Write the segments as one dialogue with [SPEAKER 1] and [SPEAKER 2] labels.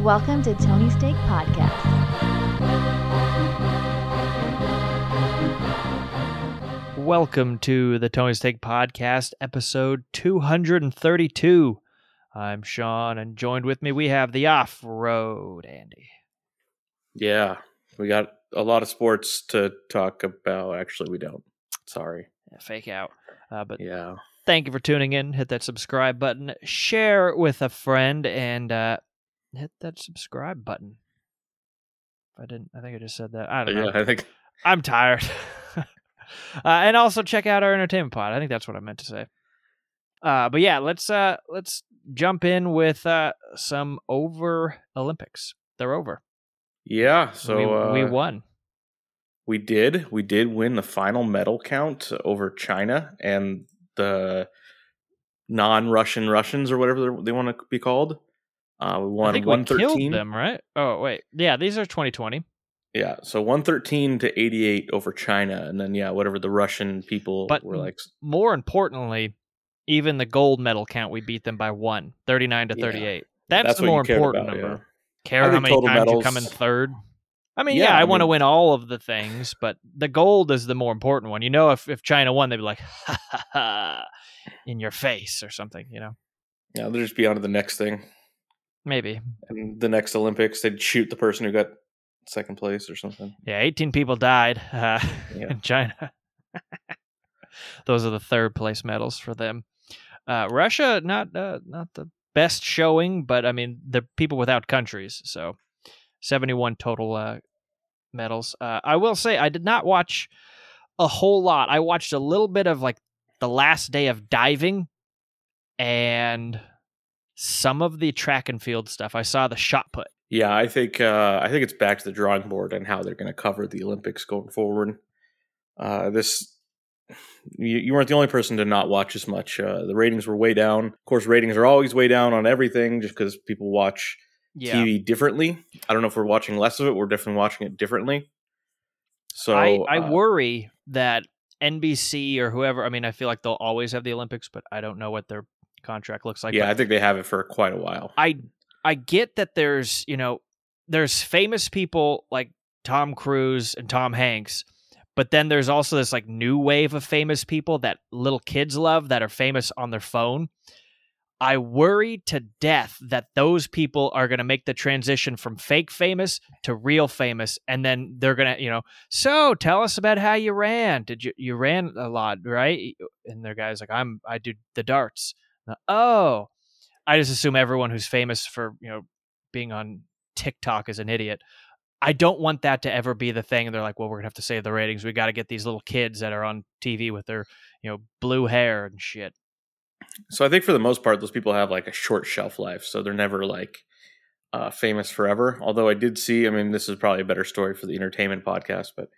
[SPEAKER 1] Welcome to Tony Steak Podcast.
[SPEAKER 2] Welcome to the Tony Steak Podcast, episode 232. I'm Sean, and joined with me we have the off road Andy.
[SPEAKER 3] Yeah, we got a lot of sports to talk about. Actually, we don't. Sorry.
[SPEAKER 2] Yeah, Fake out. Uh, but
[SPEAKER 3] Yeah.
[SPEAKER 2] thank you for tuning in. Hit that subscribe button, share with a friend, and uh, hit that subscribe button. If I didn't, I think I just said that. I don't know.
[SPEAKER 3] Yeah, I think
[SPEAKER 2] I'm tired. uh, and also check out our entertainment pod. I think that's what I meant to say. Uh, but yeah, let's uh, let's jump in with uh, some over Olympics. They're over.
[SPEAKER 3] yeah, so
[SPEAKER 2] we,
[SPEAKER 3] uh,
[SPEAKER 2] we
[SPEAKER 3] we,
[SPEAKER 2] won.
[SPEAKER 3] did we did win the final medal count over China and the non-Russian Russians or whatever they're- they want to be called. Uh,
[SPEAKER 2] I
[SPEAKER 3] we won
[SPEAKER 2] think we
[SPEAKER 3] 113.
[SPEAKER 2] killed them, right? Oh wait, yeah, these are 2020.
[SPEAKER 3] Yeah, so 113 to 88 over China and then yeah, whatever the Russian people
[SPEAKER 2] But-
[SPEAKER 3] were like
[SPEAKER 2] More importantly, even the gold medal count, we beat them by one, 39 to
[SPEAKER 3] Yeah.
[SPEAKER 2] 38. That's, the
[SPEAKER 3] what you
[SPEAKER 2] more
[SPEAKER 3] cared
[SPEAKER 2] important
[SPEAKER 3] about, yeah.
[SPEAKER 2] number. Care
[SPEAKER 3] I
[SPEAKER 2] how
[SPEAKER 3] think
[SPEAKER 2] many
[SPEAKER 3] total
[SPEAKER 2] times you
[SPEAKER 3] medals-
[SPEAKER 2] come in third? I mean, yeah,
[SPEAKER 3] Yeah,
[SPEAKER 2] I,
[SPEAKER 3] I
[SPEAKER 2] want to
[SPEAKER 3] mean-
[SPEAKER 2] win all of the things, but the gold is the more important one. You know, if, if China won, they'd be like, ha, ha, ha, in your face or something, you know?
[SPEAKER 3] Yeah, they'll just be on to the next thing.
[SPEAKER 2] Maybe.
[SPEAKER 3] And the next Olympics, they'd shoot the person who got second place or something.
[SPEAKER 2] Yeah, 18 people died uh,
[SPEAKER 3] Yeah.
[SPEAKER 2] in China. Those are the third place medals for them. Uh, Russia, not uh, not the best showing, but I mean, the people without countries. So 71 total uh, medals. Uh, I will say, I did not watch a whole lot. I watched a little bit of like the last day of diving and some of the track and field stuff. I saw the shot put.
[SPEAKER 3] Yeah, I think uh, I think it's back to the drawing board and how they're going to cover the Olympics going forward. Uh, this you, you weren't the only person to not watch as much. Uh, the ratings were way down. Of course, ratings are always way down on everything just because people watch TV differently. I don't know if we're watching less of it. We're definitely watching it differently. So
[SPEAKER 2] I, I
[SPEAKER 3] uh,
[SPEAKER 2] worry that NBC or whoever, I mean, I feel like they'll always have the Olympics, but I don't know what their contract looks like.
[SPEAKER 3] yeah, I
[SPEAKER 2] but
[SPEAKER 3] think they have it for quite a while.
[SPEAKER 2] I, I get that there's, you know, there's famous people like Tom Cruise and Tom Hanks, but then there's also this like new wave of famous people that little kids love that are famous on their phone. I worry to death that those people are going to make the transition from fake famous to real famous and then they're going to, you know, so tell us about how you ran. Did you you ran a lot, right? And their guys like I'm I do the darts. Oh. I just assume everyone who's famous for, you know, being on TikTok is an idiot. I don't want that to ever be the thing. And they're like, well, we're gonna have to save the ratings. We got to get these little kids that are on TV with their, you know, blue hair and shit.
[SPEAKER 3] So I think for the most part, those people have like a short shelf life, so they're never like uh, famous forever. Although I did see, I mean, this is probably a better story for the entertainment podcast, but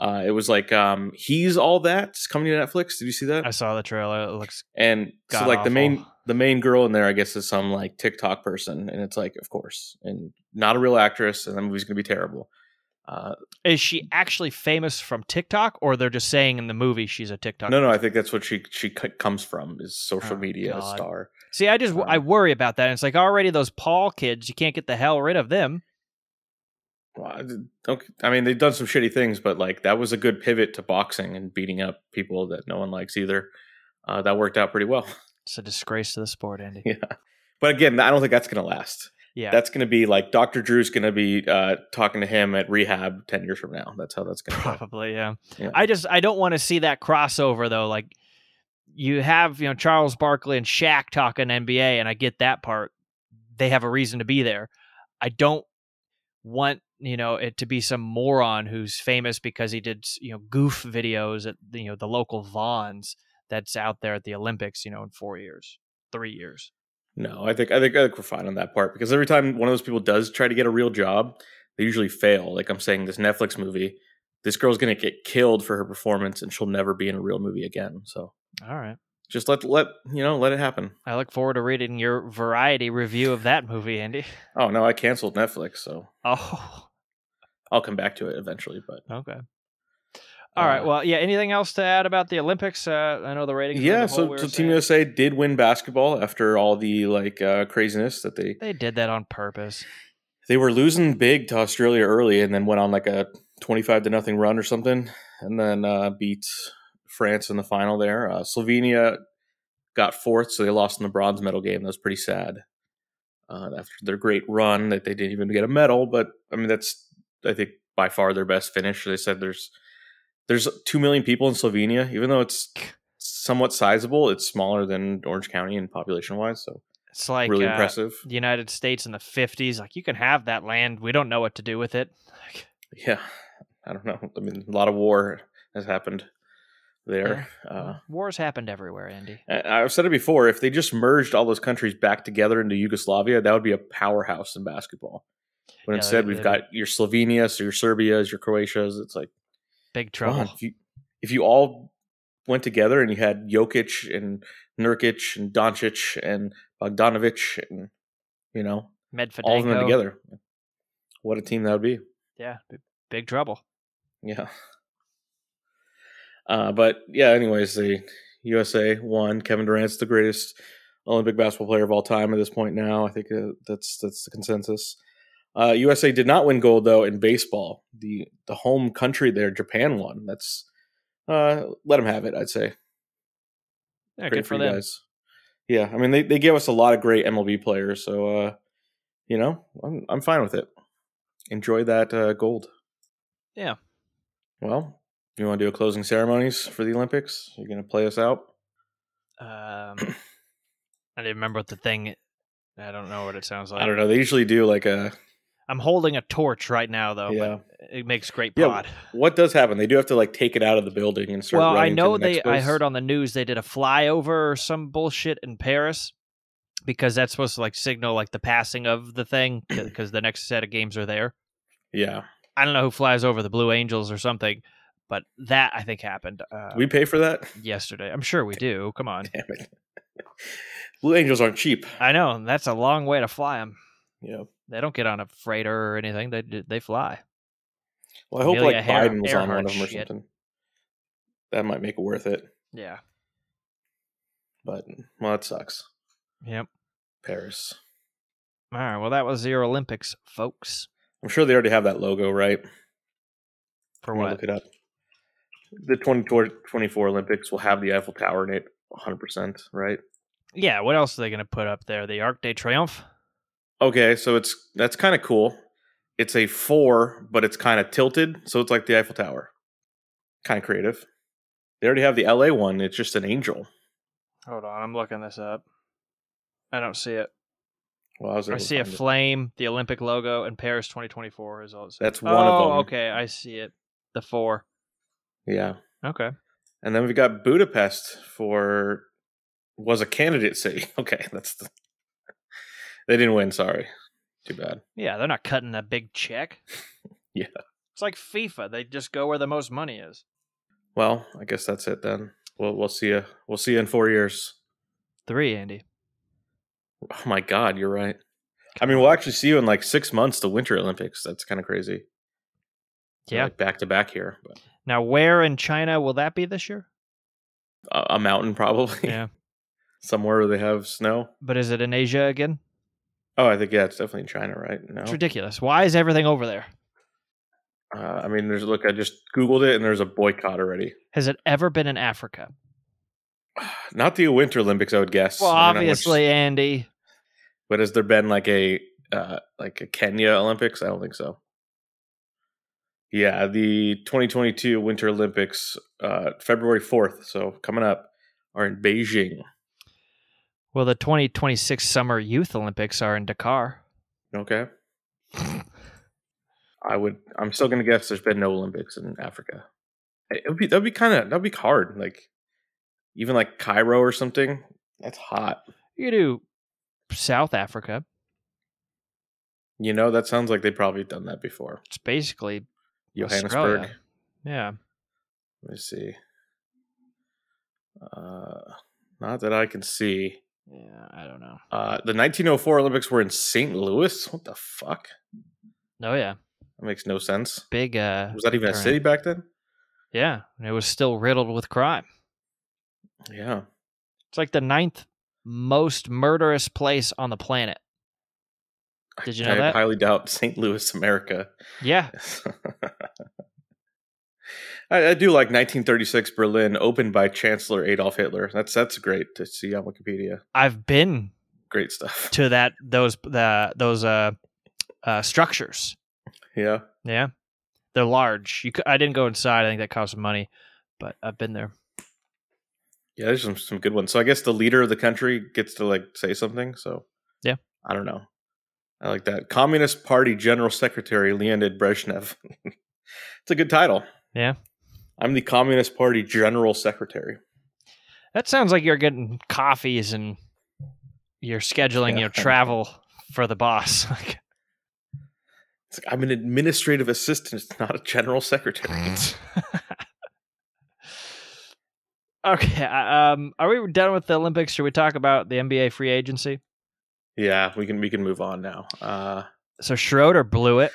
[SPEAKER 3] uh, it was like um, he's all that's coming to Netflix. Did you see
[SPEAKER 2] I
[SPEAKER 3] that?
[SPEAKER 2] saw the trailer. It looks
[SPEAKER 3] And so like
[SPEAKER 2] God-awful.
[SPEAKER 3] the main the main girl in there, I guess, is some like TikTok person, and it's like, of course, and not a real actress, and the movie's gonna be terrible. Uh,
[SPEAKER 2] Is she actually famous from TikTok, or they're just saying in the movie she's a TikTok?
[SPEAKER 3] no, no, I think that's what she she c- comes from is social
[SPEAKER 2] Oh,
[SPEAKER 3] media
[SPEAKER 2] God.
[SPEAKER 3] star.
[SPEAKER 2] See, I just I worry about that. It's like already those Paul kids, you can't get the hell rid of them.
[SPEAKER 3] Well, I did- okay. I mean, they've done some shitty things, but like that was a good pivot to boxing and beating up people that no one likes either. Uh, that worked out pretty well.
[SPEAKER 2] It's a disgrace to the sport, Andy.
[SPEAKER 3] yeah. But again, I don't think that's going to last.
[SPEAKER 2] Yeah,
[SPEAKER 3] That's going to be like Dr. Drew's going to be uh, talking to him at rehab 10 years from now. That's how that's going to
[SPEAKER 2] probably. Yeah.
[SPEAKER 3] Yeah.
[SPEAKER 2] I just I don't want to see that crossover though. Like you have you know Charles Barkley and Shaq talking NBA, and I get that part. They have a reason to be there. I don't want you know it to be some moron who's famous because he did you know goof videos at you know the local Vons that's out there at the Olympics. You know in four years, three years.
[SPEAKER 3] No, I think, I think I think we're fine on that part because every time one of those people does try to get a real job, they usually fail. Like I'm saying, this Netflix movie, this girl's going to get killed for her performance and she'll never be in a real movie again. So
[SPEAKER 2] All right.
[SPEAKER 3] just let let you know, let it happen.
[SPEAKER 2] I look forward to reading your variety review of that movie, Andy.
[SPEAKER 3] Oh no, I canceled Netflix, so
[SPEAKER 2] Oh,
[SPEAKER 3] I'll come back to it eventually. But
[SPEAKER 2] okay. All right.
[SPEAKER 3] Uh,
[SPEAKER 2] Well, yeah. Anything else to add about the Olympics? Uh, I know the ratings. were
[SPEAKER 3] yeah,
[SPEAKER 2] the whole
[SPEAKER 3] so,
[SPEAKER 2] we were
[SPEAKER 3] so Team
[SPEAKER 2] saying.
[SPEAKER 3] USA did win basketball after all the like uh, craziness that they.
[SPEAKER 2] They did that on purpose.
[SPEAKER 3] they were losing big to Australia early, and then went on like a twenty-five to nothing run or something, and then uh, beat France in the final. There, uh, Slovenia got fourth, so they lost in the bronze medal game. That was pretty sad. Uh, after their great run, that they didn't even get a medal, but I mean that's I think by far their best finish. They said there's there's two million people in Slovenia, even though it's somewhat sizable. It's smaller than Orange County in population wise, so
[SPEAKER 2] It's like
[SPEAKER 3] really
[SPEAKER 2] uh,
[SPEAKER 3] impressive.
[SPEAKER 2] the United States in the 50s. Like, you can have that land. We don't know what to do with it.
[SPEAKER 3] Yeah, I don't know. I mean, a lot of war has happened there. Uh,
[SPEAKER 2] Wars happened everywhere, Andy.
[SPEAKER 3] I- I've said it before. If they just merged all those countries back together into Yugoslavia, that would be a powerhouse in basketball. But
[SPEAKER 2] Yeah,
[SPEAKER 3] instead,
[SPEAKER 2] they-
[SPEAKER 3] we've
[SPEAKER 2] they-
[SPEAKER 3] got your Slovenias, your Serbias, your Croatias. It's like
[SPEAKER 2] Big
[SPEAKER 3] come
[SPEAKER 2] trouble.
[SPEAKER 3] on, if you if you all went together and you had Jokic and Nurkic and Doncic and Bogdanovic and you know
[SPEAKER 2] Medvedenko.
[SPEAKER 3] all of them together, what a team that would be.
[SPEAKER 2] Yeah, b- big trouble.
[SPEAKER 3] Yeah. Uh, but yeah, anyways, the USA won. Kevin Durant's the greatest Olympic basketball player of all time at this point now. I think uh, that's that's the consensus. Uh, USA did not win gold though in baseball. The the home country there, Japan won. That's uh, let them have it. I'd say
[SPEAKER 2] Yeah,
[SPEAKER 3] great
[SPEAKER 2] good for
[SPEAKER 3] for, you
[SPEAKER 2] them.
[SPEAKER 3] guys. Yeah, I mean they, they gave us a lot of great MLB players, so uh, you know I'm I'm fine with it. Enjoy that uh, gold.
[SPEAKER 2] Yeah.
[SPEAKER 3] Well, you want to do a closing ceremonies for the Olympics? You're gonna play us out.
[SPEAKER 2] Um, I didn't remember what the thing. I don't know what it sounds like.
[SPEAKER 3] I don't know. They usually do like a
[SPEAKER 2] I'm holding a torch right now, though.
[SPEAKER 3] yeah.
[SPEAKER 2] Oh, But it makes great
[SPEAKER 3] Yeah,
[SPEAKER 2] pod.
[SPEAKER 3] What does happen? They do have to like take it out of the building and start.
[SPEAKER 2] well, I
[SPEAKER 3] running to
[SPEAKER 2] know
[SPEAKER 3] the next
[SPEAKER 2] they. I
[SPEAKER 3] place.
[SPEAKER 2] heard on the news they did a flyover or some bullshit in Paris because that's supposed to like signal like the passing of the thing because the next set of games are there.
[SPEAKER 3] Yeah.
[SPEAKER 2] I don't know who flies over the Blue Angels or something, but that I think happened uh,
[SPEAKER 3] Do we pay for that?
[SPEAKER 2] yesterday. I'm sure we do. Come on,
[SPEAKER 3] Damn it. Blue Angels aren't cheap.
[SPEAKER 2] I know and that's a long way to fly them.
[SPEAKER 3] Yeah.
[SPEAKER 2] They don't get on a freighter or anything. They they fly.
[SPEAKER 3] Well, I hope
[SPEAKER 2] Amelia
[SPEAKER 3] like
[SPEAKER 2] Earhart-
[SPEAKER 3] Biden was on one
[SPEAKER 2] Earhart
[SPEAKER 3] of them or
[SPEAKER 2] shit.
[SPEAKER 3] something. That might make it worth it.
[SPEAKER 2] Yeah.
[SPEAKER 3] But well, that sucks.
[SPEAKER 2] Yep.
[SPEAKER 3] Paris.
[SPEAKER 2] All right. Well, that was your Olympics, folks.
[SPEAKER 3] I'm sure they already have that logo, right?
[SPEAKER 2] For
[SPEAKER 3] I'm gonna
[SPEAKER 2] what?
[SPEAKER 3] Look it up. The 2024 Olympics will have the Eiffel Tower in it, 100, percent right?
[SPEAKER 2] Yeah. What else are they going to put up there? The Arc de Triomphe.
[SPEAKER 3] Okay, so it's that's kind of cool. It's a four, but it's kind of tilted, so it's like the Eiffel Tower. Kind of creative. They already have the LA one. It's just an angel.
[SPEAKER 2] Hold on. I'm looking this up. I don't see it.
[SPEAKER 3] Well, I, was
[SPEAKER 2] I
[SPEAKER 3] able to
[SPEAKER 2] see a
[SPEAKER 3] find it.
[SPEAKER 2] flame, the Olympic logo, and Paris 2024 is all it says.
[SPEAKER 3] That's one of
[SPEAKER 2] Oh,
[SPEAKER 3] them.
[SPEAKER 2] Okay. I see it. The four.
[SPEAKER 3] Yeah,
[SPEAKER 2] Okay.
[SPEAKER 3] and then we got Budapest for was a candidate city. Okay, that's the, they didn't win. Sorry, too bad.
[SPEAKER 2] Yeah. They're not cutting a big check.
[SPEAKER 3] Yeah.
[SPEAKER 2] It's like FIFA. They just go where the most money is.
[SPEAKER 3] Well, I guess that's it then. We'll we'll see you. We'll see you in four years.
[SPEAKER 2] Three, Andy.
[SPEAKER 3] Oh my God, you're right. I mean, we'll actually see you in like six months. The Winter Olympics. That's kind of crazy.
[SPEAKER 2] Yeah.
[SPEAKER 3] Like, back to back here. But,
[SPEAKER 2] Now, where in China will that be this year?
[SPEAKER 3] uh, a mountain probably
[SPEAKER 2] Yeah.
[SPEAKER 3] somewhere where they have snow.
[SPEAKER 2] But is it in Asia again?
[SPEAKER 3] Oh, I think yeah, it's definitely in China, right? No,
[SPEAKER 2] It's ridiculous. Why is everything over there?
[SPEAKER 3] uh, I mean, there's look. I just googled it, and there's a boycott already.
[SPEAKER 2] Has it ever been in Africa?
[SPEAKER 3] Not the Winter Olympics, I would guess.
[SPEAKER 2] Well,
[SPEAKER 3] I don't know which-
[SPEAKER 2] obviously, Andy.
[SPEAKER 3] but has there been like a uh, like a Kenya Olympics? I don't think so. Yeah, the 2022 Winter Olympics, uh, February 4th, so coming up, are in Beijing.
[SPEAKER 2] Well, the 2026 Summer Youth Olympics are in Dakar.
[SPEAKER 3] Okay. I would. I'm still gonna guess there's been no Olympics in Africa. It would be that'd be kind of that'd be hard. Like even like Cairo or something. That's hot.
[SPEAKER 2] You do South Africa.
[SPEAKER 3] You know that sounds like they probably done that before.
[SPEAKER 2] It's basically
[SPEAKER 3] Johannesburg.
[SPEAKER 2] Australia. yeah.
[SPEAKER 3] Let me see. Uh, not that I can see.
[SPEAKER 2] Yeah, I don't know.
[SPEAKER 3] Uh, the 1904 Olympics were in St. Louis. What the fuck?
[SPEAKER 2] Oh yeah,
[SPEAKER 3] That makes no sense.
[SPEAKER 2] big. uh
[SPEAKER 3] Was that even a
[SPEAKER 2] current-
[SPEAKER 3] city back then?
[SPEAKER 2] Yeah, and it was still riddled with crime.
[SPEAKER 3] Yeah.
[SPEAKER 2] It's like the ninth most murderous place on the planet. Did you know
[SPEAKER 3] I
[SPEAKER 2] that?
[SPEAKER 3] highly doubt St. Louis, America.
[SPEAKER 2] Yeah.
[SPEAKER 3] I, I do like 1936 Berlin, opened by Chancellor Adolf Hitler. That's that's great to see on Wikipedia.
[SPEAKER 2] I've been
[SPEAKER 3] Great stuff.
[SPEAKER 2] to that those the those uh uh structures.
[SPEAKER 3] Yeah.
[SPEAKER 2] Yeah. They're large. You c- I didn't go inside. I think that cost money, but I've been there.
[SPEAKER 3] Yeah, there's some, some good ones. So I guess the leader of the country gets to like say something. So
[SPEAKER 2] Yeah.
[SPEAKER 3] I don't know. I like that. Communist Party General Secretary Leonid Brezhnev. it's a good title.
[SPEAKER 2] Yeah.
[SPEAKER 3] I'm the Communist Party General Secretary.
[SPEAKER 2] That sounds like you're getting coffees and you're scheduling
[SPEAKER 3] Yeah.
[SPEAKER 2] your travel for the boss. Like,
[SPEAKER 3] It's like I'm an administrative assistant, not a general secretary.
[SPEAKER 2] okay, I- um are we done with the Olympics? Should we talk about the NBA free agency?
[SPEAKER 3] yeah, we can we can move on now. Uh
[SPEAKER 2] So Schroeder blew it.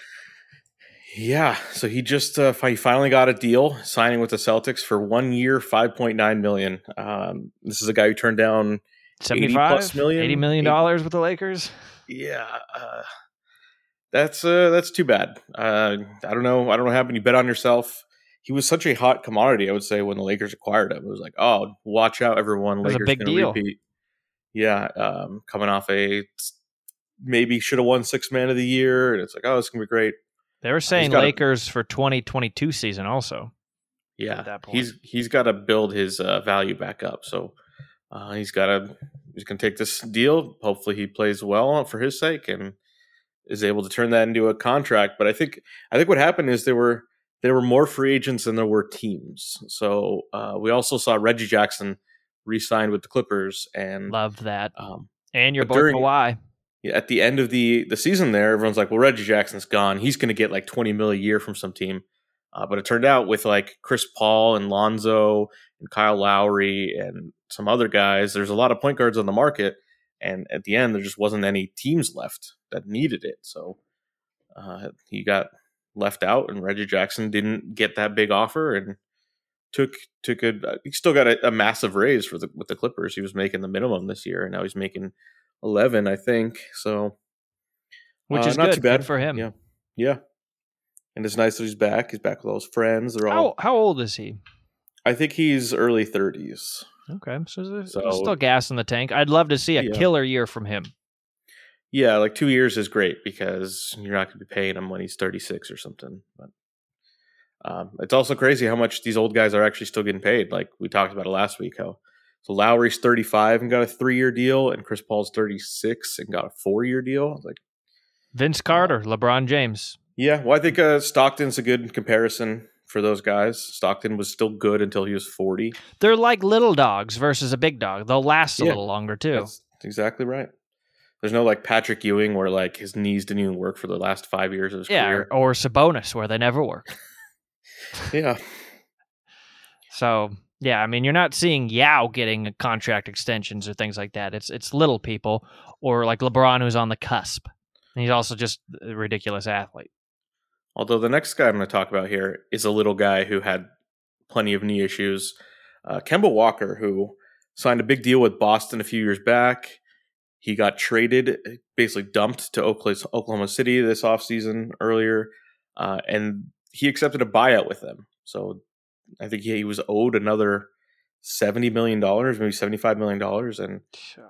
[SPEAKER 3] yeah, so he just uh, fi- he finally got a deal signing with the Celtics for 1 year 5.9 million. Um this is a guy who turned down
[SPEAKER 2] 75
[SPEAKER 3] plus million,
[SPEAKER 2] 80 million
[SPEAKER 3] eight-
[SPEAKER 2] dollars with the Lakers.
[SPEAKER 3] yeah, uh, that's uh, that's too bad. Uh, I don't know. I don't know what happened. You bet on yourself. He was such a hot commodity. I would say when the Lakers acquired him, it was like, oh, watch out, everyone.
[SPEAKER 2] was a
[SPEAKER 3] Lakers
[SPEAKER 2] big
[SPEAKER 3] gonna
[SPEAKER 2] deal.
[SPEAKER 3] Repeat. Yeah, um, coming off a maybe should have won six man of the year, and it's like, oh, it's gonna be great.
[SPEAKER 2] They were saying
[SPEAKER 3] got a-
[SPEAKER 2] Lakers for 2022 season also.
[SPEAKER 3] Yeah,
[SPEAKER 2] At that point.
[SPEAKER 3] he's he's got to build his uh, value back up. So uh, he's got to he's going to take this deal. Hopefully, he plays well for his sake and is able to turn that into a contract. But I think I think what happened is there were there were more free agents than there were teams. So uh, we also saw Reggie Jackson re-signed with the Clippers, and
[SPEAKER 2] Love that.
[SPEAKER 3] um,
[SPEAKER 2] And you're
[SPEAKER 3] But
[SPEAKER 2] both
[SPEAKER 3] during-
[SPEAKER 2] Kawhi.
[SPEAKER 3] at the end of the the season there everyone's like well reggie jackson's gone he's going to get like 20 mil a year from some team uh, but it turned out with like chris paul and lonzo and kyle lowry and some other guys there's a lot of point guards on the market and at the end there just wasn't any teams left that needed it so uh, he got left out and reggie jackson didn't get that big offer and took took a he still got a, a massive raise for the with the clippers he was making the minimum this year and now he's making 11 i think so
[SPEAKER 2] Which
[SPEAKER 3] uh,
[SPEAKER 2] is
[SPEAKER 3] not
[SPEAKER 2] good.
[SPEAKER 3] too bad.
[SPEAKER 2] Good for him.
[SPEAKER 3] Yeah. yeah and it's nice that he's back he's back with all his friends they're all
[SPEAKER 2] How how old is he?
[SPEAKER 3] i think he's early 30s
[SPEAKER 2] Okay, so there's
[SPEAKER 3] So-
[SPEAKER 2] there's still gas in the tank. I'd love to see a
[SPEAKER 3] Yeah.
[SPEAKER 2] killer year from him.
[SPEAKER 3] yeah like two years is great because you're not going to be paying him when he's 36 or something but um, it's also crazy how much these old guys are actually still getting paid like we talked about it last week how so lowry's 35 and got a three-year deal and chris paul's 36 and got a four-year deal like
[SPEAKER 2] Vince Carter, LeBron James.
[SPEAKER 3] Yeah, well, I think uh, Stockton's a good comparison for those guys. Stockton was still good until he was forty.
[SPEAKER 2] They're like little dogs versus a big dog. They'll last a
[SPEAKER 3] Yeah.
[SPEAKER 2] little longer too.
[SPEAKER 3] That's exactly right. There's no like Patrick Ewing where like his knees didn't even work for the last five years of his
[SPEAKER 2] yeah,
[SPEAKER 3] career.
[SPEAKER 2] or Sabonis where they never work.
[SPEAKER 3] Yeah,
[SPEAKER 2] So yeah, I mean you're not seeing Yao getting contract extensions or things like that. It's it's little people or like LeBron who's on the cusp. And he's also just a ridiculous athlete.
[SPEAKER 3] Although the next guy I'm going to talk about here is a little guy who had plenty of knee issues. Uh, Kemba Walker, who signed a big deal with Boston a few years back. He got traded, basically dumped to Okla- Oklahoma City this offseason earlier, uh, and he accepted a buyout with them. So I think he, he was owed another $70 million, maybe $75 million, and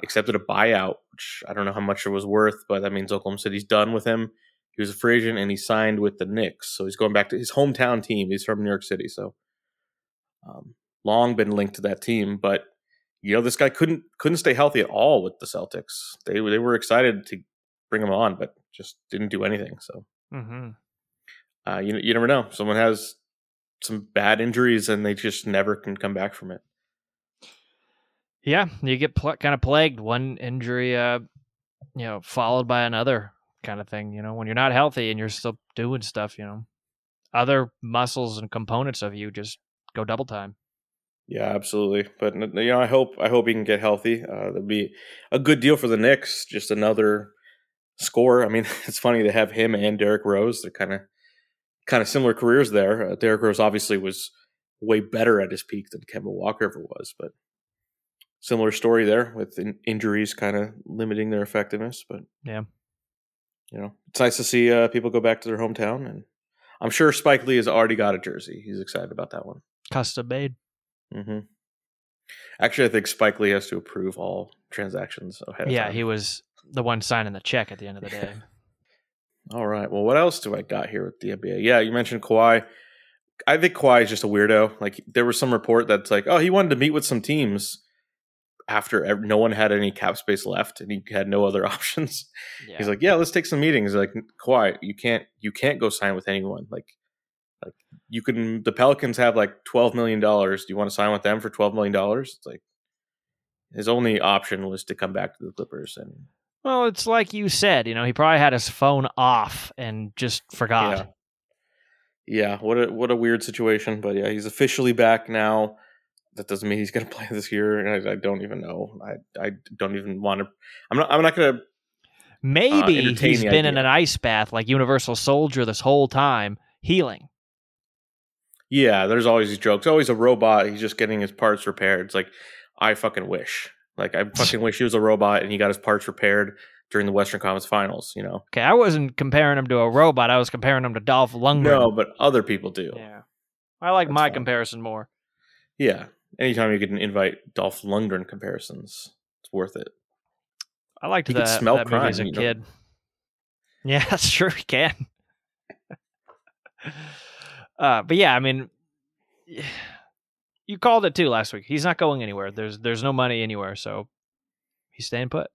[SPEAKER 3] accepted a buyout, which I don't know how much it was worth, but that means Oklahoma City's done with him. He was a free agent and he signed with the Knicks, so he's going back to his hometown team. He's from New York City, so um, long been linked to that team. But you know, this guy couldn't couldn't stay healthy at all with the Celtics. They were- they were excited to bring him on, but just didn't do anything. So
[SPEAKER 2] Mm-hmm.
[SPEAKER 3] uh, you you never know. Someone has some bad injuries and they just never can come back from it.
[SPEAKER 2] Yeah, you get pl- kind of plagued one injury, uh, you know, followed by another kind of thing. You know, when you're not healthy and you're still doing stuff, you know, other muscles and components of you just go double time.
[SPEAKER 3] Yeah, absolutely. But n- you know, I hope I hope he can get healthy. Uh, that'd be a good deal for the Knicks. Just another score. I mean, it's funny to have him and Derrick Rose. They're kind of kind of similar careers there. Uh, Derrick Rose obviously was way better at his peak than Kemba Walker ever was, but similar story there with in- injuries kind of limiting their effectiveness. But
[SPEAKER 2] Yeah.
[SPEAKER 3] you know, it's nice to see uh, people go back to their hometown, and I'm sure Spike Lee has already got a jersey. He's excited about that one.
[SPEAKER 2] Custom made.
[SPEAKER 3] hmm Actually, I think Spike Lee has to approve all transactions ahead. Of
[SPEAKER 2] yeah,
[SPEAKER 3] time.
[SPEAKER 2] he was the one signing the check at the end of the day.
[SPEAKER 3] All right. Well, what else do I got here with the NBA? Yeah, you mentioned Kawhi. I think Kawhi is just a weirdo. Like there was some report that's like, oh, he wanted to meet with some teams after ev- no one had any cap space left and he had no other options.
[SPEAKER 2] Yeah.
[SPEAKER 3] He's like, yeah, let's take some meetings. Like Kawhi, you can't you can't go sign with anyone. Like like you can. The Pelicans have like twelve million dollars. Do you want to sign with them for twelve million dollars? It's like his only option was to come back to the Clippers and
[SPEAKER 2] well, it's like you said, you know, he probably had his phone off and just forgot.
[SPEAKER 3] Yeah. Yeah, what a what a weird situation, but yeah, he's officially back now. That doesn't mean he's going to play this year, and I, I don't even know. I I don't even want to. I'm not. I'm not going to.
[SPEAKER 2] Maybe
[SPEAKER 3] Uh, entertain
[SPEAKER 2] he's
[SPEAKER 3] the
[SPEAKER 2] been in
[SPEAKER 3] idea.
[SPEAKER 2] an ice bath like Universal Soldier this whole time, healing.
[SPEAKER 3] Yeah, there's always these jokes. Always a robot. He's just getting his parts repaired. It's like I fucking wish. Like I fucking wish he was a robot and he got his parts repaired during the Western Conference Finals. You know.
[SPEAKER 2] Okay, I wasn't comparing him to a robot. I was comparing him to Dolph Lundgren.
[SPEAKER 3] No, but other people do. Yeah.
[SPEAKER 2] Yeah. I like
[SPEAKER 3] That's
[SPEAKER 2] my
[SPEAKER 3] fine.
[SPEAKER 2] comparison more.
[SPEAKER 3] Anytime you can invite Dolph Lundgren comparisons, it's worth it.
[SPEAKER 2] I liked
[SPEAKER 3] He could
[SPEAKER 2] that,
[SPEAKER 3] smell
[SPEAKER 2] that movie as a
[SPEAKER 3] crime, you know?
[SPEAKER 2] kid. Yeah, that's true. He can. uh, but yeah, I mean, you called it too last week. He's not going anywhere. There's there's no money anywhere, so he's staying put.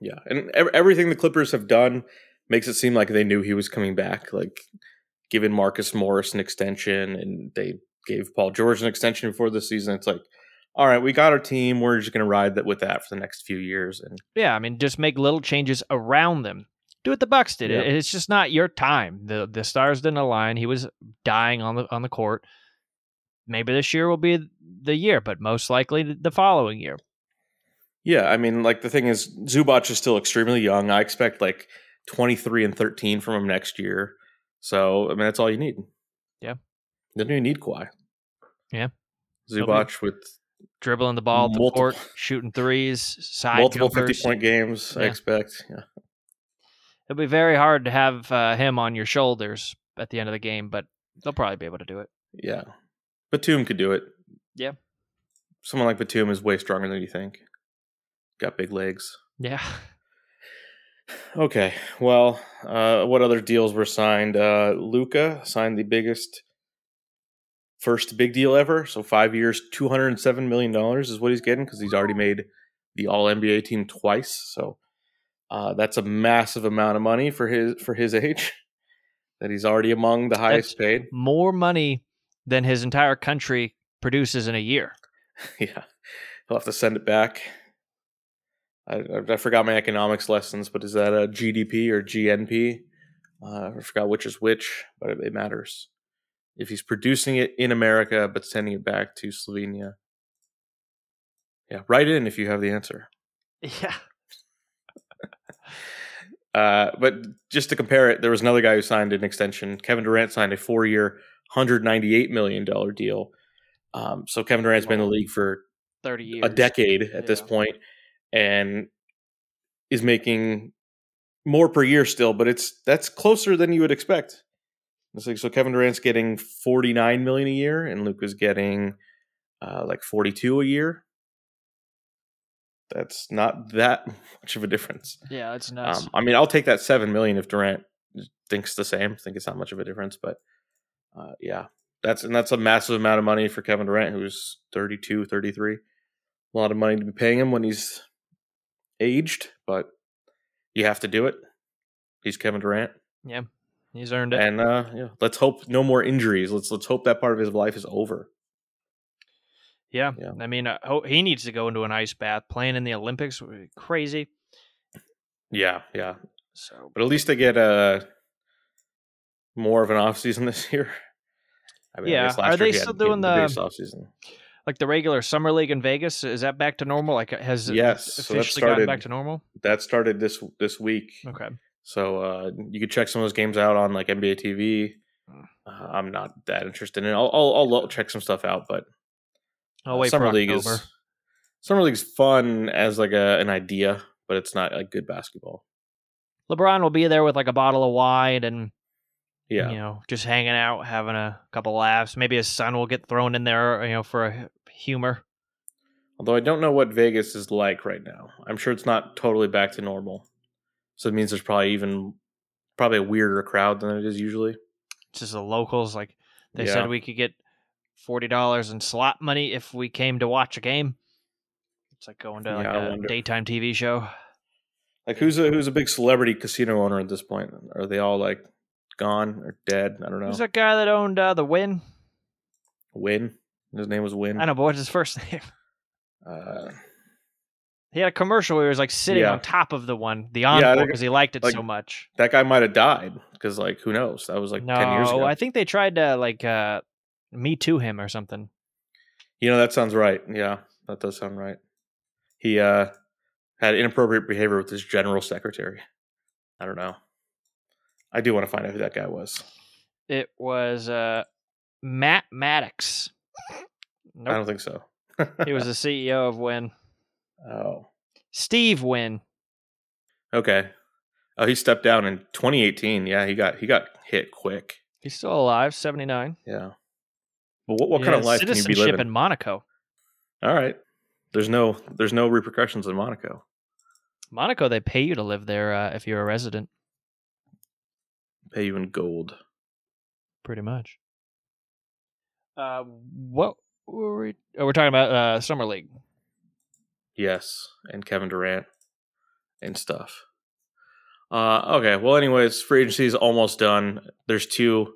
[SPEAKER 3] Yeah, and ev- everything the Clippers have done makes it seem like they knew he was coming back. Like giving Marcus Morris an extension, and they gave Paul George an extension before the season. It's like, all right, we got our team. We're just going to ride that with that for the next few years. And
[SPEAKER 2] Yeah, I mean, just make little changes around them. Do what the Bucks did. It-
[SPEAKER 3] Yeah.
[SPEAKER 2] It's just not your time. the The stars didn't align. He was dying on the on the court. Maybe this year will be the year, but most likely the following year.
[SPEAKER 3] yeah, I mean, like the thing is, Zubac is still extremely young. I expect like twenty three and thirteen from him next year. So I mean, that's all you need.
[SPEAKER 2] Yeah.
[SPEAKER 3] then you need Kawhi.
[SPEAKER 2] Yeah.
[SPEAKER 3] Zubac with
[SPEAKER 2] dribbling the ball at the
[SPEAKER 3] Multiple-
[SPEAKER 2] court, shooting threes, side
[SPEAKER 3] multiple
[SPEAKER 2] jumpers.
[SPEAKER 3] fifty point games. I
[SPEAKER 2] Yeah.
[SPEAKER 3] expect. Yeah.
[SPEAKER 2] It'll be very hard to have uh, him on your shoulders at the end of the game, but they'll probably be able to do it.
[SPEAKER 3] Yeah. Batum could do it.
[SPEAKER 2] Yeah.
[SPEAKER 3] Someone like Batum is way stronger than you think. Got big legs.
[SPEAKER 2] Yeah.
[SPEAKER 3] Okay. Well, uh, what other deals were signed? Uh, Luca signed the biggest, first big deal ever. So five years, $207 million is what he's getting because he's already made the All NBA team twice. So uh, that's a massive amount of money for his for his age. That he's already among the highest paid.
[SPEAKER 2] More money than his entire country produces in a year.
[SPEAKER 3] yeah, he'll have to send it back. I, I, I forgot my economics lessons, but is that a GDP or GNP? Uh, I forgot which is which, but it, it matters. If he's producing it in America but sending it back to Slovenia, yeah, write in if you have the answer.
[SPEAKER 2] Yeah.
[SPEAKER 3] Uh, but just to compare it, there was another guy who signed an extension. Kevin Durant signed a four-year, hundred ninety-eight million dollar deal. Um, so Kevin Durant's been in the league for
[SPEAKER 2] 30 years.
[SPEAKER 3] a decade at this
[SPEAKER 2] Yeah.
[SPEAKER 3] point and is making more per year still but it's that's closer than you would expect it's like so kevin durant's getting 49 million a year and luke is getting uh, like 42 a year that's not that much of a difference
[SPEAKER 2] Yeah, that's nuts.
[SPEAKER 3] um, i mean i'll take that 7 million if durant thinks the same think it's not much of a difference but uh, yeah that's and that's a massive amount of money for kevin durant who's 32 33 a lot of money to be paying him when he's aged, but you have to do it. He's Kevin Durant,
[SPEAKER 2] He's earned it.
[SPEAKER 3] and uh, yeah, let's hope no more injuries. Let's let's hope that part of his life is over.
[SPEAKER 2] Yeah.
[SPEAKER 3] Yeah.
[SPEAKER 2] I mean, uh, ho- he needs to go into an ice bath. Playing in the Olympics would be crazy.
[SPEAKER 3] Yeah, yeah.
[SPEAKER 2] So,
[SPEAKER 3] But at least they get uh, more of an off season this year. I
[SPEAKER 2] Yeah.
[SPEAKER 3] guess
[SPEAKER 2] Are they
[SPEAKER 3] he had-
[SPEAKER 2] still
[SPEAKER 3] he had
[SPEAKER 2] doing the-
[SPEAKER 3] biggest off season?
[SPEAKER 2] like the regular summer league in Vegas, is that back to normal? Like, has it
[SPEAKER 3] Yes, so that
[SPEAKER 2] officially gotten
[SPEAKER 3] started-
[SPEAKER 2] back to normal?
[SPEAKER 3] That started this this week,
[SPEAKER 2] Okay.
[SPEAKER 3] so uh, you could check some of those games out on like NBA TV.
[SPEAKER 2] Mm.
[SPEAKER 3] Uh, I'm not that interested in. it. I'll, I'll I'll lo- check some stuff out, but
[SPEAKER 2] I'll
[SPEAKER 3] Uh,
[SPEAKER 2] wait
[SPEAKER 3] summer
[SPEAKER 2] for
[SPEAKER 3] league
[SPEAKER 2] October.
[SPEAKER 3] is summer league's fun as like a, an idea, but it's not like good basketball.
[SPEAKER 2] LeBron will be there with like a bottle of wine and
[SPEAKER 3] Yeah.
[SPEAKER 2] you know, just hanging out, having a couple laughs. Maybe his son will get thrown in there, you know, for a humor.
[SPEAKER 3] Although I don't know what Vegas is like right now. I'm sure it's not totally back to normal. So it means there's probably even probably a weirder crowd than it is usually.
[SPEAKER 2] It's just the locals. Like they
[SPEAKER 3] Yeah.
[SPEAKER 2] said, we could get forty dollars in slot money if we came to watch a game. It's like going to like
[SPEAKER 3] Yeah, I
[SPEAKER 2] a
[SPEAKER 3] wonder.
[SPEAKER 2] daytime TV show.
[SPEAKER 3] Like who's a who's a big celebrity casino owner at this point? Are they all like gone or dead? I don't know.
[SPEAKER 2] Who's that guy that owned uh, the Win?
[SPEAKER 3] Win. His name was Win.
[SPEAKER 2] I don't know, but what's his first name?
[SPEAKER 3] Uh,
[SPEAKER 2] He had a commercial where he was like sitting
[SPEAKER 3] Yeah.
[SPEAKER 2] on top of the one, the
[SPEAKER 3] I
[SPEAKER 2] encore,
[SPEAKER 3] think-
[SPEAKER 2] because he liked it
[SPEAKER 3] like,
[SPEAKER 2] so much.
[SPEAKER 3] that guy might have died because like who knows? That was like
[SPEAKER 2] no,
[SPEAKER 3] ten years ago.
[SPEAKER 2] I think they tried to like uh, me to him or something.
[SPEAKER 3] You know, that sounds right. Yeah, that does sound right. He uh had inappropriate behavior with his general secretary. I don't know. I do want to find out who that guy was.
[SPEAKER 2] It was uh, Matt Maddox.
[SPEAKER 3] I
[SPEAKER 2] Nope.
[SPEAKER 3] don't think so.
[SPEAKER 2] he was the CEO of Win.
[SPEAKER 3] oh.
[SPEAKER 2] Steve Win.
[SPEAKER 3] Okay. Oh, he stepped down in 2018. Yeah, he got he got hit quick.
[SPEAKER 2] He's still alive, seventy nine.
[SPEAKER 3] Yeah. But what, what kind of life can you be
[SPEAKER 2] Citizenship
[SPEAKER 3] living?
[SPEAKER 2] in Monaco.
[SPEAKER 3] All right. There's no there's no repercussions in Monaco.
[SPEAKER 2] Monaco, they pay you to live there uh, if you're a resident,
[SPEAKER 3] Pay you in gold.
[SPEAKER 2] pretty much. Uh, what were we? Oh, we're talking about uh, summer league.
[SPEAKER 3] Yes, and Kevin Durant and stuff. Uh, okay, well, anyways, free agency is almost done. There's two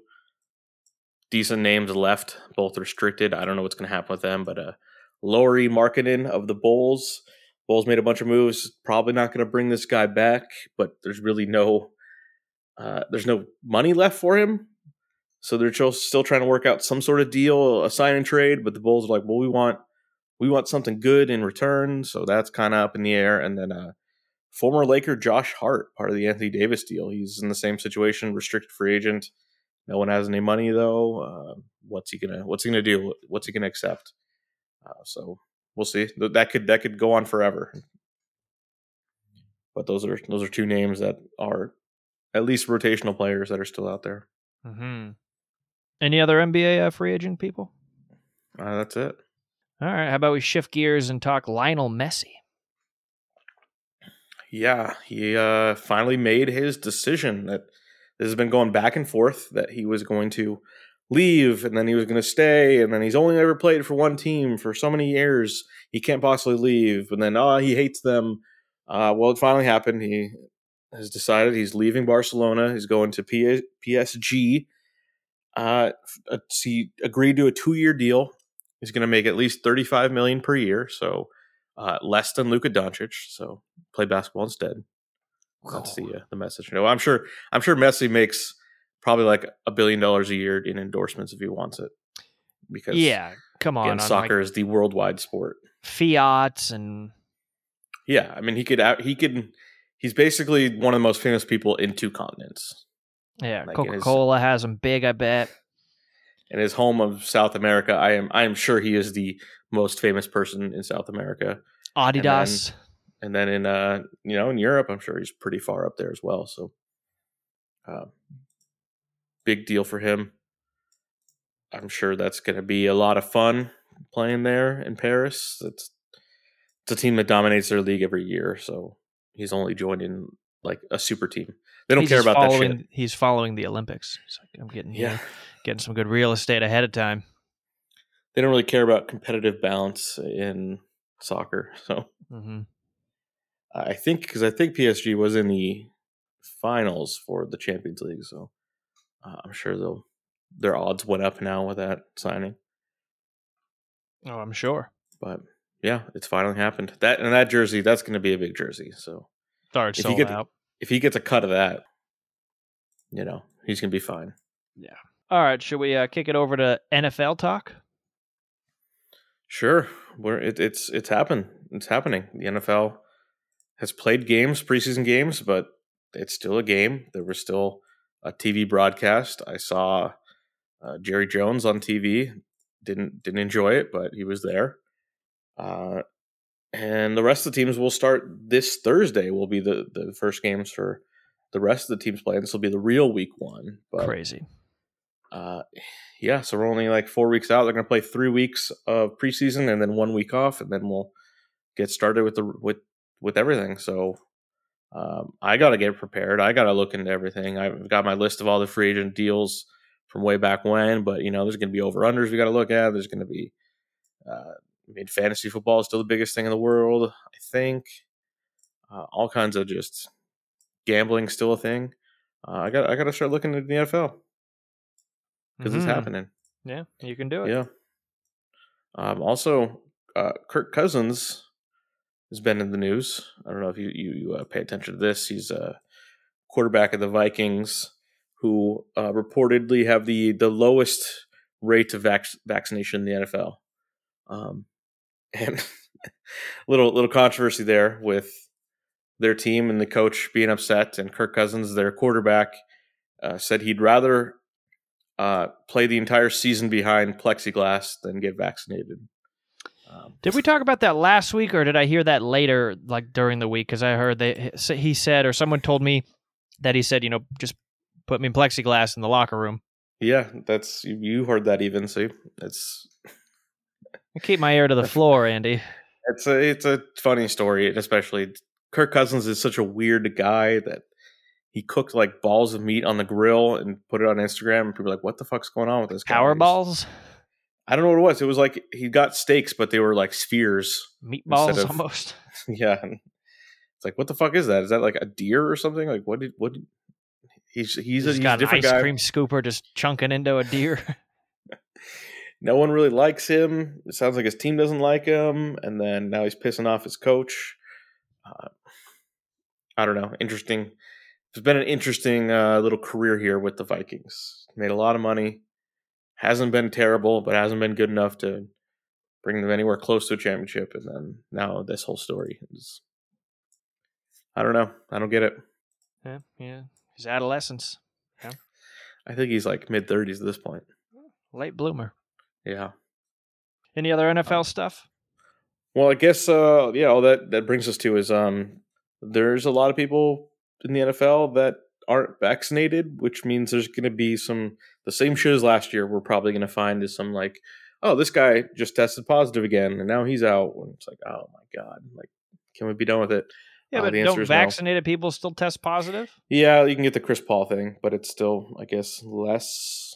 [SPEAKER 3] decent names left. Both restricted. I don't know what's going to happen with them, but uh, Lowry Markkinen of the Bulls. Bulls made a bunch of moves. Probably not going to bring this guy back, but there's really no uh, there's no money left for him. So they're still still trying to work out some sort of deal, a sign and trade. But the Bulls are like, well, we want we want something good in return. So that's kind of up in the air. And then uh, former Laker Josh Hart, part of the Anthony Davis deal, he's in the same situation, restricted free agent. No one has any money though. Uh, what's he gonna What's he gonna do? What's he gonna accept? Uh, so we'll see. Th- That could that could go on forever. But those are those are two names that are at least rotational players that are still out there.
[SPEAKER 2] Mm-hmm. Any other NBA uh, free agent people?
[SPEAKER 3] Uh, that's it.
[SPEAKER 2] All right, how about we shift gears and talk Lionel Messi?
[SPEAKER 3] Yeah, he uh, finally made his decision that this has been going back and forth that he was going to leave and then he was going to stay and then he's only ever played for one team for so many years he can't possibly leave and then oh he hates them uh, well it finally happened he has decided he's leaving barcelona he's going to P- psg uh, f- he agreed to a two-year deal he's going to make at least 35 million per year so uh, less than Luka Doncic, so play basketball instead. That's the uh, the message. No, I'm sure. I'm sure Messi makes probably like a billion dollars a year in endorsements if he wants it. Because
[SPEAKER 2] yeah, come on,
[SPEAKER 3] again,
[SPEAKER 2] on
[SPEAKER 3] soccer is the worldwide sport.
[SPEAKER 2] like Fiat and
[SPEAKER 3] Yeah, I mean he could out, he could he's basically one of the most famous people in two continents.
[SPEAKER 2] yeah,
[SPEAKER 3] Like, it is-
[SPEAKER 2] Coca Cola has them big. I bet.
[SPEAKER 3] And his home of South America, I am I am sure he is the most famous person in South America.
[SPEAKER 2] Adidas.
[SPEAKER 3] and then in uh you know in Europe, I'm sure he's pretty far up there as well. So, uh, big deal for him. I'm sure that's going to be a lot of fun playing there in Paris. It's it's a team that dominates their league every year, so he's only joining like a super team. They don't
[SPEAKER 2] He's
[SPEAKER 3] care
[SPEAKER 2] just
[SPEAKER 3] about that
[SPEAKER 2] following,
[SPEAKER 3] shit.
[SPEAKER 2] He's following the Olympics. He's like, I'm getting
[SPEAKER 3] Yeah,
[SPEAKER 2] yeah, getting some good real estate ahead of time.
[SPEAKER 3] they don't really care about competitive balance in soccer. So
[SPEAKER 2] hmm
[SPEAKER 3] I think because I think PSG was in the finals for the Champions League, so uh, I'm sure they'll their odds went up now with that signing.
[SPEAKER 2] Oh, I'm sure.
[SPEAKER 3] But yeah, it's finally happened. That and that jersey, that's going to be a big jersey. So
[SPEAKER 2] Sorry,
[SPEAKER 3] you
[SPEAKER 2] sold
[SPEAKER 3] get-
[SPEAKER 2] out.
[SPEAKER 3] if he gets a cut of that, you know he's going to be fine.
[SPEAKER 2] All right, should we uh, kick it over to NFL talk?
[SPEAKER 3] Sure, we're it, it's it's happened. It's happening. The NFL has played games, preseason games, but it's still a game. There was still a TV broadcast. I saw uh, Jerry Jones on TV. Didn't didn't enjoy it, but he was there. Uh, and the rest of the teams will start this Thursday. Will be the the first games for the rest of the teams play. And this will be the real week one. But
[SPEAKER 2] Crazy.
[SPEAKER 3] uh, yeah, so we're only like four weeks out. They're going to play three weeks of preseason and then one week off, and then we'll get started with the with with everything. So um, I got to get prepared. I got to look into everything. I've got my list of all the free agent deals from way back when, but you know, there's going to be over unders we got to look at. There's going to be, uh, I mean, fantasy football is still the biggest thing in the world. I think uh, all kinds of just gambling still a thing. Uh, I got I got to start looking into the NFL because
[SPEAKER 2] Mhm.
[SPEAKER 3] it's happening.
[SPEAKER 2] Yeah, you can do it.
[SPEAKER 3] Yeah. Um, also, uh, Kirk Cousins has been in the news. I don't know if you you, you uh, pay attention to this. He's a quarterback of the Vikings who uh, reportedly have the the lowest rate of vac- vaccination in the NFL. Um, and little little controversy there with their team and the coach being upset, and Kirk Cousins, their quarterback, uh, said he'd rather uh, play the entire season behind plexiglass than get vaccinated. Um,
[SPEAKER 2] Did we talk about that last week, or did I hear that later, like during the week? Because I heard they he said, or someone told me that he said, you know, just put me in plexiglass in the locker room
[SPEAKER 3] yeah, that's you- you heard that even. See, it's
[SPEAKER 2] and keep my ear to the floor, Andy.
[SPEAKER 3] it's a it's a funny story, and especially Kirk Cousins is such a weird guy that he cooked like balls of meat on the grill and put it on Instagram, and people are like, "What the fuck's going on with this?" guy?"
[SPEAKER 2] Powerballs,
[SPEAKER 3] I don't know what it was. It was like he got steaks, but they were like spheres.
[SPEAKER 2] meatballs,
[SPEAKER 3] of-
[SPEAKER 2] almost.
[SPEAKER 3] yeah and it's like what the fuck is that is that like a deer or something like what did what did, he's he's, a,
[SPEAKER 2] He's
[SPEAKER 3] he's
[SPEAKER 2] got
[SPEAKER 3] a
[SPEAKER 2] an
[SPEAKER 3] different
[SPEAKER 2] ice
[SPEAKER 3] guy
[SPEAKER 2] cream scooper just chunking into a deer.
[SPEAKER 3] no one really likes him it sounds like his team doesn't like him and then now he's pissing off his coach uh, i don't know interesting it's been an interesting uh, little career here with the vikings made a lot of money hasn't been terrible but hasn't been good enough to bring them anywhere close to a championship and then now this whole story is i don't know i don't get it
[SPEAKER 2] yeah, yeah. His adolescence,
[SPEAKER 3] I think he's like mid thirties at this point.
[SPEAKER 2] late bloomer.
[SPEAKER 3] Yeah.
[SPEAKER 2] Any
[SPEAKER 3] Uh,
[SPEAKER 2] other NFL stuff?
[SPEAKER 3] Well, I guess uh yeah, all that that brings us to is um there's a lot of people in the NFL that aren't vaccinated, which means there's going to be some the same shit as last year. We're probably going to find is some like, oh, this guy just tested positive again, and now he's out. And it's like, oh my god, like, can we be done with it?
[SPEAKER 2] Yeah,
[SPEAKER 3] Uh,
[SPEAKER 2] but
[SPEAKER 3] the answer
[SPEAKER 2] don't
[SPEAKER 3] is no.
[SPEAKER 2] vaccinated people still test positive?
[SPEAKER 3] Yeah, you can get the Chris Paul thing, but it's still, I guess, less.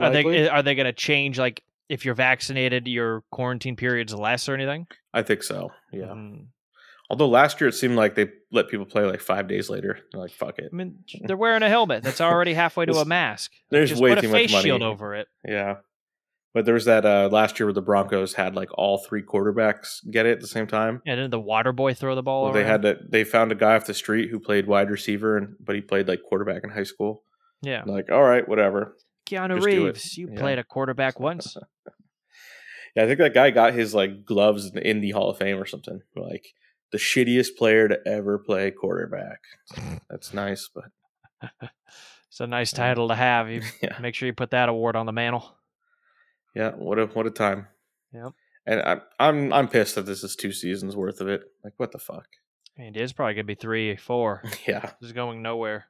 [SPEAKER 2] Are
[SPEAKER 3] likely.
[SPEAKER 2] they are they going to change like if you're vaccinated, your quarantine period's less or anything?
[SPEAKER 3] I think so. Yeah.
[SPEAKER 2] Mm.
[SPEAKER 3] Although last year it seemed like they let people play like five days later. They're like, fuck it.
[SPEAKER 2] I mean, j- they're wearing a helmet that's already halfway to a
[SPEAKER 3] Mm. There's-
[SPEAKER 2] mask.
[SPEAKER 3] there's
[SPEAKER 2] Just
[SPEAKER 3] way
[SPEAKER 2] put
[SPEAKER 3] too
[SPEAKER 2] a
[SPEAKER 3] much
[SPEAKER 2] face
[SPEAKER 3] money.
[SPEAKER 2] shield over it.
[SPEAKER 3] Yeah. But there was that uh, last year where the Broncos had like all three quarterbacks get it at the same time.
[SPEAKER 2] And then the water boy throw the ball.
[SPEAKER 3] Well, they
[SPEAKER 2] around?
[SPEAKER 3] had that they found a guy off the street who played wide receiver and but he played like quarterback in high school.
[SPEAKER 2] yeah.
[SPEAKER 3] Like, all right, whatever.
[SPEAKER 2] Keanu
[SPEAKER 3] just do it.
[SPEAKER 2] Reeves, you
[SPEAKER 3] Yeah.
[SPEAKER 2] played a quarterback once.
[SPEAKER 3] Yeah, I think that guy got his like gloves in- in the Hall of Fame or something. Like the shittiest player to ever play quarterback. That's nice, but
[SPEAKER 2] It's a nice
[SPEAKER 3] Yeah.
[SPEAKER 2] title to have. You
[SPEAKER 3] yeah.
[SPEAKER 2] make sure you put that award on the mantle.
[SPEAKER 3] Yeah, what a what a time.
[SPEAKER 2] Yep.
[SPEAKER 3] And I'm I'm I'm pissed that this is two seasons worth of it. Like what the fuck?
[SPEAKER 2] And it's probably gonna be three, four.
[SPEAKER 3] Yeah.
[SPEAKER 2] This is going nowhere.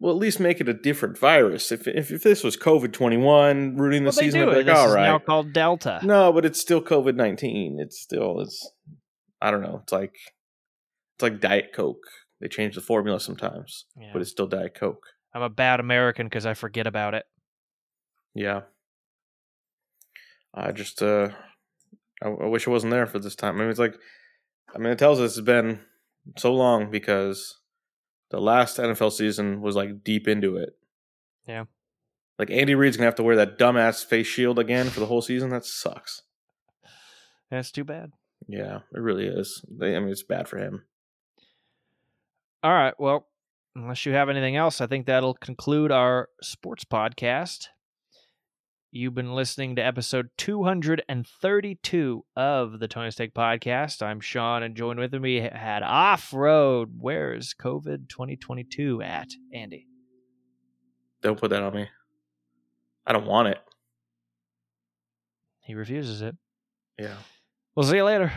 [SPEAKER 3] Well, at least make it a different virus. If if, if this was COVID twenty one ruining the
[SPEAKER 2] Well, they
[SPEAKER 3] season,
[SPEAKER 2] do
[SPEAKER 3] I'd
[SPEAKER 2] it.
[SPEAKER 3] be
[SPEAKER 2] This
[SPEAKER 3] like, all
[SPEAKER 2] is now
[SPEAKER 3] right.
[SPEAKER 2] called Delta.
[SPEAKER 3] No, but it's still COVID nineteen. It's still it's. I don't know. It's like it's like Diet Coke. They change the formula sometimes,
[SPEAKER 2] Yeah.
[SPEAKER 3] but it's still Diet Coke.
[SPEAKER 2] I'm a bad American because I forget about it.
[SPEAKER 3] Yeah. I just uh, I, I wish I wasn't there for this time. I mean, it's like, I mean, it tells us it's been so long because the last NFL season was like deep into it.
[SPEAKER 2] Yeah.
[SPEAKER 3] Like Andy Reid's gonna have to wear that dumbass face shield again for the whole season. That sucks.
[SPEAKER 2] That's too bad.
[SPEAKER 3] Yeah, it really is. They, I mean, it's bad for him.
[SPEAKER 2] All right. Well, unless you have anything else, I think that'll conclude our sports podcast. You've been listening to episode 232 of the Tony Steak Podcast. I'm Sean, and joined with me had Off Road. Where is COVID 2022 at, Andy?
[SPEAKER 3] Don't put that on me. I don't want it.
[SPEAKER 2] He refuses it.
[SPEAKER 3] Yeah.
[SPEAKER 2] We'll see you later.